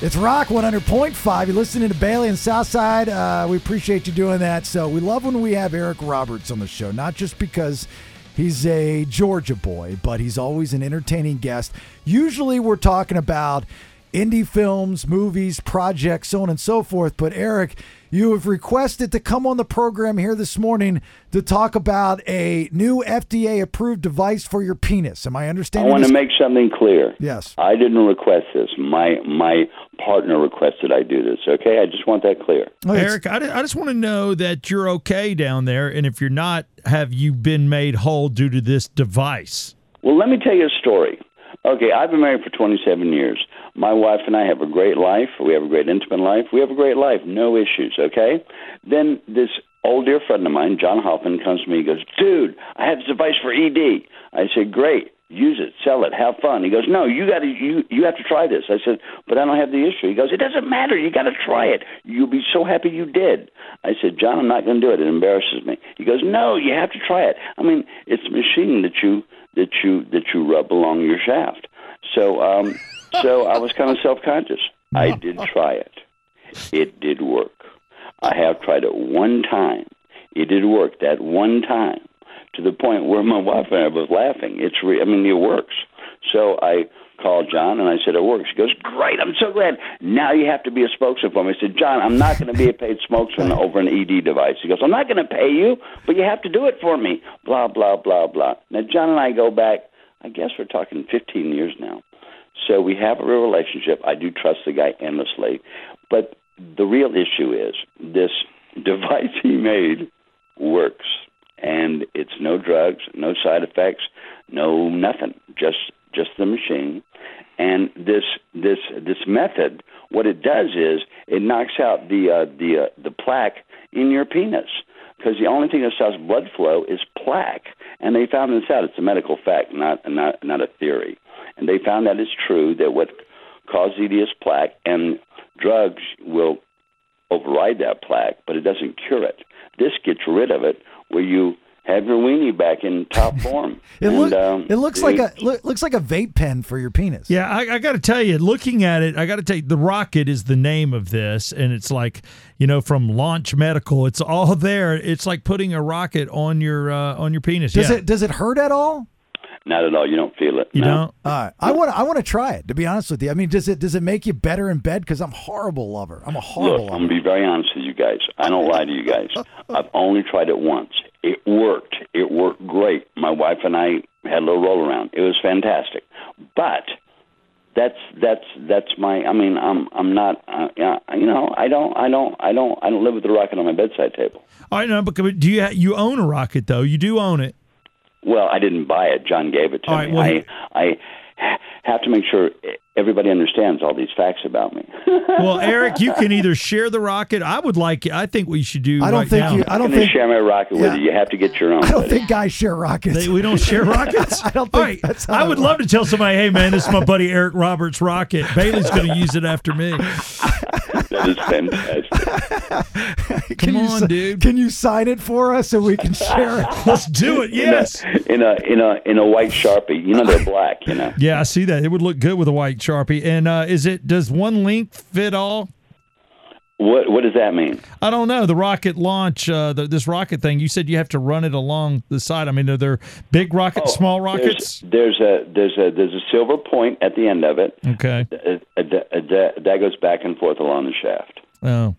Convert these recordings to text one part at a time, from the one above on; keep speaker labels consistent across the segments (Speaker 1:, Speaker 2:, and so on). Speaker 1: It's Rock 100.5. You're listening to Bailey and Southside. Uh, we appreciate you doing that. So we love when we have Eric Roberts on the show, not just because he's a Georgia boy, but he's always an entertaining guest. Usually we're talking about indie films, movies, projects, so on and so forth. But Eric, you have requested to come on the program here this morning to talk about a new FDA approved device for your penis. Am I
Speaker 2: I
Speaker 1: understanding?
Speaker 2: want to
Speaker 1: this-
Speaker 2: make something clear.
Speaker 1: Yes.
Speaker 2: I didn't request this. My my partner requested I do this. Okay, I just want that clear.
Speaker 1: Oh, it's-
Speaker 3: Eric, I, ju- I just want to know that you're okay down there, and if you're not, have you been made whole due to this device?
Speaker 2: Well, let me tell you a story. Okay, I've been married for 27 years. My wife and I have a great life. We have a great intimate life. We have a great life. No issues, okay? Then this old dear friend of mine, John Hoffman, comes to me and goes, Dude, I have this device for ED. I said, Great. Use it, sell it, have fun. He goes, No, you gotta you you have to try this. I said, But I don't have the issue. He goes, It doesn't matter, you gotta try it. You'll be so happy you did. I said, John, I'm not gonna do it. It embarrasses me. He goes, No, you have to try it. I mean, it's a machine that you that you that you rub along your shaft. So um, so I was kind of self conscious. I did try it. It did work. I have tried it one time. It did work that one time to the point where my wife and I was laughing. It's re- I mean it works. So I called John and I said it works. He goes great. I'm so glad. Now you have to be a spokesman for me. I said John, I'm not going to be a paid spokesman over an ED device. He goes I'm not going to pay you, but you have to do it for me. Blah blah blah blah. Now John and I go back. I guess we're talking 15 years now. So we have a real relationship. I do trust the guy endlessly. But the real issue is this device he made works. And it's no drugs, no side effects, no nothing. Just just the machine. And this this this method, what it does is it knocks out the uh, the uh, the plaque in your penis because the only thing that stops blood flow is plaque. And they found this out. It's a medical fact, not not not a theory. And they found that it's true that what causes ED is plaque, and drugs will override that plaque, but it doesn't cure it. This gets rid of it, where you have your weenie back in top form.
Speaker 1: It,
Speaker 2: And,
Speaker 1: look,
Speaker 2: um,
Speaker 1: it looks like
Speaker 2: it-
Speaker 1: a look, looks like a vape pen for your penis.
Speaker 3: Yeah, I, I got to tell you, looking at it, I got to tell you, the rocket is the name of this, and it's like, you know, from Launch Medical, it's all there. It's like putting a rocket on your uh, on your penis.
Speaker 1: Does
Speaker 3: yeah.
Speaker 1: it does it hurt at all?
Speaker 2: Not at all. You don't feel it.
Speaker 3: You
Speaker 2: no.
Speaker 3: know,
Speaker 1: All right. I want I want to try it. To be honest with you, I mean, does it does it make you better in bed? Because I'm a horrible lover. I'm a horrible
Speaker 2: Look, I'm
Speaker 1: lover.
Speaker 2: gonna be very honest with you guys. I don't lie to you guys. I've only tried it once. It worked. It worked great. My wife and I had a little roll around. It was fantastic. But that's that's that's my. I mean, I'm I'm not. Uh, yeah, you know, I don't I don't I don't I don't live with a rocket on my bedside table.
Speaker 3: I know, but do you you own a rocket though? You do own it.
Speaker 2: Well, I didn't buy it. John gave it to
Speaker 3: All right,
Speaker 2: me.
Speaker 3: well-
Speaker 2: I I ha- have to make sure everybody understands all these facts about me.
Speaker 3: Well, Eric, you can either share the rocket. I would like. I think we should do.
Speaker 1: I don't
Speaker 3: right
Speaker 1: think
Speaker 3: now.
Speaker 1: you. I
Speaker 2: I'm
Speaker 1: don't
Speaker 2: gonna
Speaker 1: think.
Speaker 2: share my rocket with
Speaker 1: Yeah.
Speaker 2: you. You have to get your own.
Speaker 1: I don't
Speaker 2: buddy.
Speaker 1: think guys share rockets.
Speaker 3: They- we don't share rockets.
Speaker 1: I don't think
Speaker 3: All right,
Speaker 1: that's how
Speaker 3: I
Speaker 1: it
Speaker 3: would love to tell somebody, "Hey, man, this is my buddy Eric Roberts' rocket. Bailey's going to use it after me."
Speaker 2: that is fantastic.
Speaker 1: can
Speaker 3: Come
Speaker 1: you,
Speaker 3: on,
Speaker 1: si-
Speaker 3: dude.
Speaker 1: Can you sign it for us so we can share it?
Speaker 3: Let's do it. Yes.
Speaker 2: in a in a in a white sharpie. You know they're black. You know.
Speaker 3: Yeah, I see that. It would look good with a white sharpie. And uh, is it? Does one length fit all?
Speaker 2: What what does that mean?
Speaker 3: I don't know. The rocket launch, uh, the, this rocket thing. You said you have to run it along the side. I mean, are there big rockets, small rockets?
Speaker 2: There's, there's a there's a there's a silver point at the end of it.
Speaker 3: Okay.
Speaker 2: Uh, uh, th- uh, th- that goes back and forth along the shaft.
Speaker 3: Oh,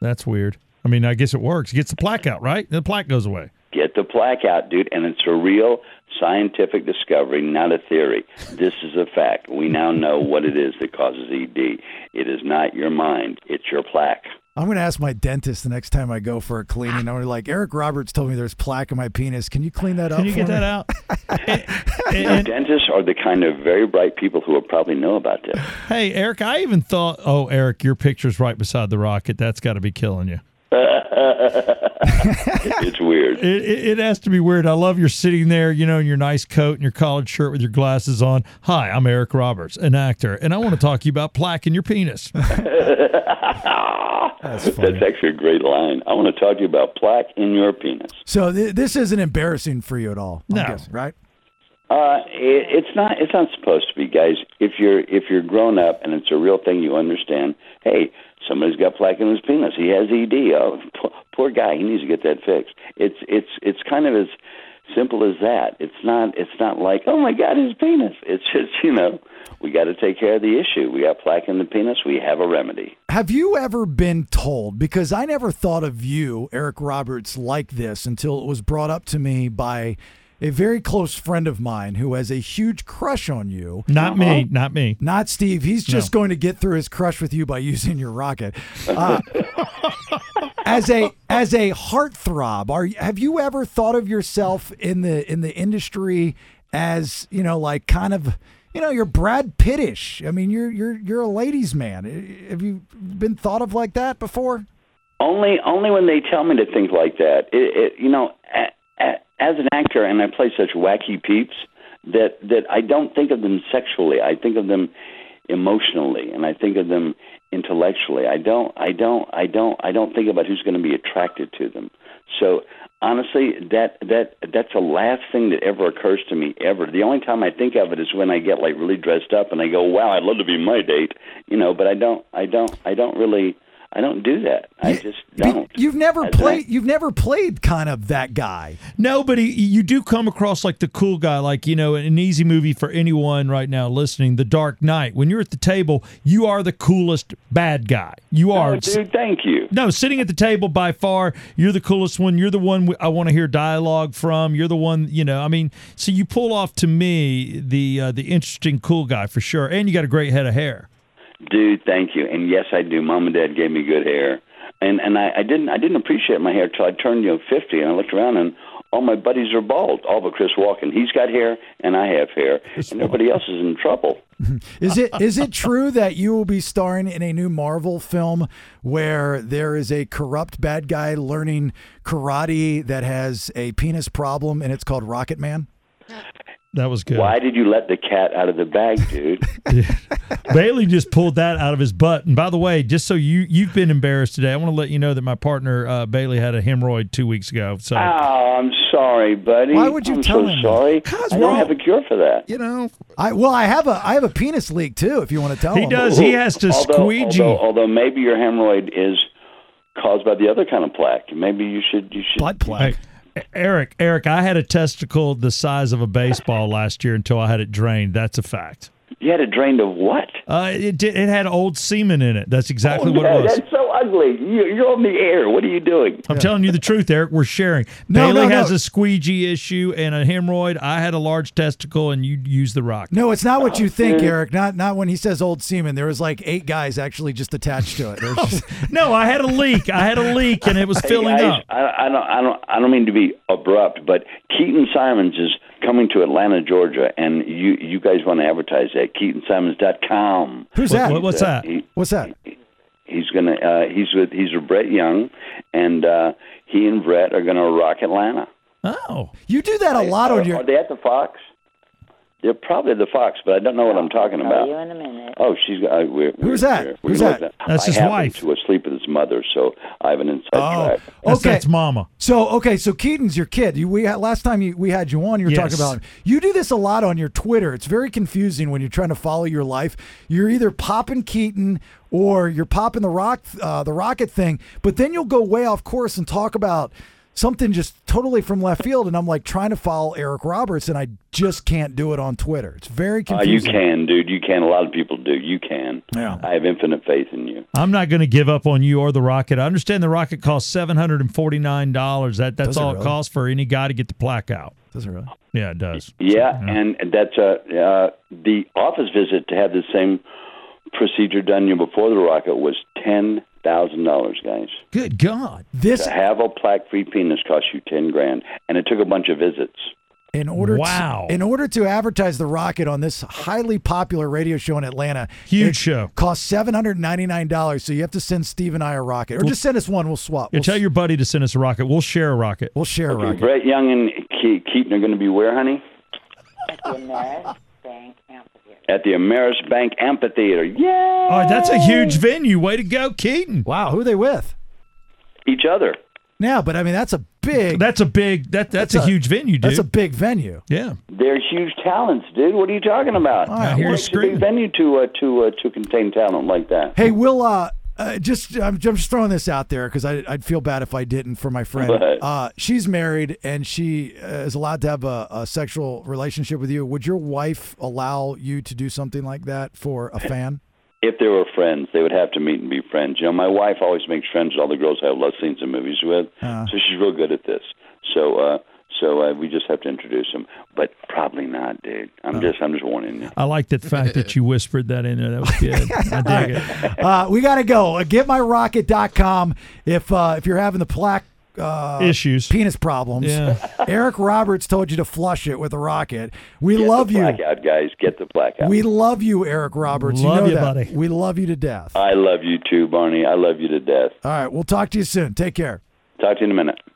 Speaker 3: that's weird. I mean, I guess it works. It gets the plaque out, right? The plaque goes away.
Speaker 2: Get the plaque out, dude, and it's a real scientific discovery, not a theory. This is a fact. We now know what it is that causes ED. It is not your mind; it's your plaque.
Speaker 1: I'm gonna ask my dentist the next time I go for a cleaning. I'm gonna be like, Eric Roberts told me there's plaque in my penis. Can you clean that up?
Speaker 3: Can you
Speaker 1: for
Speaker 3: get
Speaker 1: me?
Speaker 3: that out? And- and-
Speaker 2: Now, dentists are the kind of very bright people who will probably know about this.
Speaker 3: Hey, Eric, I even thought, oh, Eric, your picture's right beside the rocket. That's got to be killing you.
Speaker 2: It's weird.
Speaker 3: It, it, it has to be weird. I love you're sitting there, you know, in your nice coat and your collared shirt with your glasses on. Hi, I'm Eric Roberts, an actor, and I want to talk to you about plaque in your penis.
Speaker 1: That's
Speaker 2: That's
Speaker 1: funny.
Speaker 2: actually a great line. I want to talk to you about plaque in your penis.
Speaker 1: So th- this isn't embarrassing for you at all. I'm
Speaker 3: No.
Speaker 1: guessing, right?
Speaker 2: Uh, it, it's not. It's not supposed to be, guys. If you're if you're grown up and it's a real thing, you understand. Hey, somebody's got plaque in his penis. He has ED. Oh, p- poor guy. He needs to get that fixed. It's it's it's kind of as simple as that. It's not it's not like oh my god his penis. It's just you know we got to take care of the issue. We got plaque in the penis. We have a remedy.
Speaker 1: Have you ever been told? Because I never thought of you, Eric Roberts, like this until it was brought up to me by a very close friend of mine who has a huge crush on you.
Speaker 3: Not me, not me.
Speaker 1: Not Steve. He's just going to get through his crush with you by using your rocket. Uh, as a as a heartthrob, are you- have you ever thought of yourself in the in the industry as you know, like kind of you know, you're Brad Pittish. I mean, you're you're you're a ladies' man. Have you been thought of like that before?
Speaker 2: Only, only when they tell me to think like that. It, it, you know, a, a, as an actor, and I play such wacky peeps that that I don't think of them sexually. I think of them emotionally, and I think of them intellectually. I don't, I don't, I don't, I don't think about who's going to be attracted to them. So honestly, that that that's the last thing that ever occurs to me ever. The only time I think of it is when I get like really dressed up and I go, "Wow, I'd love to be my date," you know. But I don't, I don't, I don't really. I don't do that. I just
Speaker 1: Be-
Speaker 2: don't.
Speaker 1: You've never
Speaker 2: I don't.
Speaker 1: played. You've never played kind of that guy.
Speaker 3: No, but he, you do come across like the cool guy, like, you know, an easy movie for anyone right now listening, The Dark Knight. When you're at the table, you are the coolest bad guy. You are.
Speaker 2: Oh, dude, thank you.
Speaker 3: No, sitting at the table by far, you're the coolest one. You're the one I want to hear dialogue from. You're the one, you know. I mean, so you pull off to me the uh, the interesting cool guy for sure, and you got a great head of hair.
Speaker 2: Dude, thank you. And yes, I do. Mom and Dad gave me good hair, and and I, I didn't I didn't appreciate my hair till I turned you know fifty, and I looked around and all my buddies are bald, all but Chris Walken. He's got hair, and I have hair, and everybody else is in trouble.
Speaker 1: Is it is it true that you will be starring in a new Marvel film where there is a corrupt bad guy learning karate that has a penis problem and it's called Rocket Man?
Speaker 3: That was good.
Speaker 2: Why did you let the cat out of the bag, dude?
Speaker 3: Bailey just pulled that out of his butt. And by the way, just so you you've been embarrassed today, I want to let you know that my partner uh, Bailey had a hemorrhoid two weeks ago. So
Speaker 2: oh, I'm sorry, buddy.
Speaker 1: Why would you
Speaker 2: I'm
Speaker 1: tell
Speaker 2: so
Speaker 1: him that?
Speaker 2: Sorry,
Speaker 3: Cause
Speaker 2: I
Speaker 3: we're all-
Speaker 2: don't have a cure for that.
Speaker 3: you know
Speaker 1: I well, I have a I have a penis leak too. If you want to tell
Speaker 3: he
Speaker 1: him.
Speaker 3: does. He has to
Speaker 2: although,
Speaker 3: squeegee.
Speaker 2: Although, although maybe your hemorrhoid is caused by the other kind of plaque. Maybe you should you should
Speaker 1: butt plug.
Speaker 3: Hey, Eric, Eric, I had a testicle the size of a baseball last year until I had it drained. That's a fact.
Speaker 2: You had it drained of what?
Speaker 3: Uh, it did. It had old semen in it. That's exactly
Speaker 2: Oh,
Speaker 3: what
Speaker 2: no,
Speaker 3: it was.
Speaker 2: That's so ugly. You- You're on the air. What are you doing?
Speaker 3: I'm telling you the truth, Eric. We're sharing.
Speaker 1: No,
Speaker 3: Bailey
Speaker 1: no,
Speaker 3: has
Speaker 1: no.
Speaker 3: a squeegee issue and a hemorrhoid. I had a large testicle, and you use the rock.
Speaker 1: No, it's not
Speaker 3: Oh,
Speaker 1: what you think, Eric. Not not when he says old semen. There was like eight guys actually just attached to it. There's just-
Speaker 3: No, I had a leak. I had a leak, and it was filling
Speaker 2: Hey, guys,
Speaker 3: up.
Speaker 2: I, I don't, I don't, I don't mean to be abrupt, but Keaton Simons is coming to Atlanta, Georgia, and you, you guys want to advertise that KeatonSimons.com.
Speaker 1: Who's
Speaker 3: What-
Speaker 1: that?
Speaker 3: what- what's that?
Speaker 2: Uh, He,
Speaker 1: What's that?
Speaker 2: he's gonna, uh, he's with, he's with Brett Young, and uh, he and Brett are gonna rock Atlanta.
Speaker 3: Oh,
Speaker 1: You do that a lot
Speaker 2: are,
Speaker 1: on your.
Speaker 2: are they at the Fox? They're probably at the Fox, but I don't know what I'm talking
Speaker 4: I'll
Speaker 2: about.
Speaker 4: tell you in a minute.
Speaker 2: Oh, she's uh, we're,
Speaker 1: Who's
Speaker 2: we're,
Speaker 1: that?
Speaker 2: We're,
Speaker 1: Who's
Speaker 2: gonna let
Speaker 1: that?
Speaker 3: That's
Speaker 2: I
Speaker 3: his
Speaker 2: happen
Speaker 3: wife.
Speaker 2: To sleep with his mother, so I have an inside
Speaker 1: Oh.
Speaker 2: track.
Speaker 3: that's,
Speaker 1: okay.
Speaker 3: that's Mama.
Speaker 1: So okay, so Keaton's your kid. You, we had, last time you, we had you on, you were
Speaker 3: Yes.
Speaker 1: talking about him. You do this a lot on your Twitter. It's very confusing when you're trying to follow your life. You're either popping Keaton or you're popping the rock, uh, the rocket thing. But then you'll go way off course and talk about something just totally from left field. And I'm like trying to follow Eric Roberts, and I just can't do it on Twitter. It's very
Speaker 2: Uh, you
Speaker 1: confusing.
Speaker 2: can, dude. You can. A lot of people do. You can.
Speaker 1: Yeah.
Speaker 2: I have infinite faith in you.
Speaker 3: I'm not going to give up on you or the rocket. I understand the rocket costs seven hundred and forty nine dollars. That that's
Speaker 1: Does it
Speaker 3: all it
Speaker 1: really?
Speaker 3: costs for any guy to get the plaque out.
Speaker 1: Doesn't really.
Speaker 3: Yeah, it does.
Speaker 2: Yeah, and that's uh, uh, the office visit to have the same procedure done you before the rocket was ten thousand dollars, guys.
Speaker 3: Good God.
Speaker 1: This
Speaker 2: To have a plaque-free penis cost you ten grand, and it took a bunch of visits.
Speaker 1: in order.
Speaker 3: Wow.
Speaker 1: To, in order to advertise the rocket on this highly popular radio show in Atlanta,
Speaker 3: Huge
Speaker 1: it
Speaker 3: show.
Speaker 1: costs seven hundred ninety nine dollars. So you have to send Steve and I a rocket, or just send us one. We'll swap.
Speaker 3: Yeah,
Speaker 1: We'll,
Speaker 3: tell your buddy to send us a rocket. We'll share a rocket.
Speaker 1: we'll share a rocket.
Speaker 2: Brett Young and Ke- Keaton are going to be where, honey?
Speaker 4: At the Ameris Bank Amphitheater.
Speaker 2: At the Ameris Bank Amphitheater.
Speaker 3: Oh,
Speaker 2: Yeah.
Speaker 3: that's a huge venue. Way to go, Keaton.
Speaker 1: Wow, who are they with?
Speaker 2: Each other.
Speaker 1: now, but I mean that's a big
Speaker 3: That's a big that that's,
Speaker 1: That's
Speaker 3: a,
Speaker 1: a-
Speaker 3: huge venue, dude.
Speaker 1: that's a big venue.
Speaker 3: yeah.
Speaker 2: They're huge talents, dude. What are you talking about?
Speaker 1: right,
Speaker 2: It
Speaker 3: here's
Speaker 2: takes a
Speaker 3: screaming.
Speaker 2: big venue to uh, to uh, to contain talent like that.
Speaker 1: Hey, Will, uh, uh, just I'm, I'm just throwing this out there because I'd feel bad if I didn't for my friend.
Speaker 2: Right.
Speaker 1: Uh, she's married and she uh, is allowed to have a, a sexual relationship with you. Would your wife allow you to do something like that for a fan?
Speaker 2: If they were friends, they would have to meet and be friends. You know, my wife always makes friends with all the girls I have love scenes and movies with,
Speaker 1: Uh.
Speaker 2: so she's real good at this. So uh, so uh, we just have to introduce them, but probably not, dude.
Speaker 1: Oh.
Speaker 2: I'm just I'm just warning you.
Speaker 3: I like the fact that you whispered that in there. That was good. I dig it.
Speaker 1: uh, we gotta go. Uh, GetMyRocket.com if uh, if you're having the plaque. Uh,
Speaker 3: Issues.
Speaker 1: penis problems.
Speaker 3: Yeah.
Speaker 1: Eric Roberts told you to flush it with a rocket. We love you.
Speaker 2: Blackout, guys, get the blackout.
Speaker 1: We love you, Eric Roberts.
Speaker 3: Love
Speaker 1: you know
Speaker 3: you,
Speaker 1: that.
Speaker 3: buddy.
Speaker 1: We love you to death.
Speaker 2: I love you too, Barney. I love you to death.
Speaker 1: All right, we'll talk to you soon. Take care.
Speaker 2: Talk to you in a minute.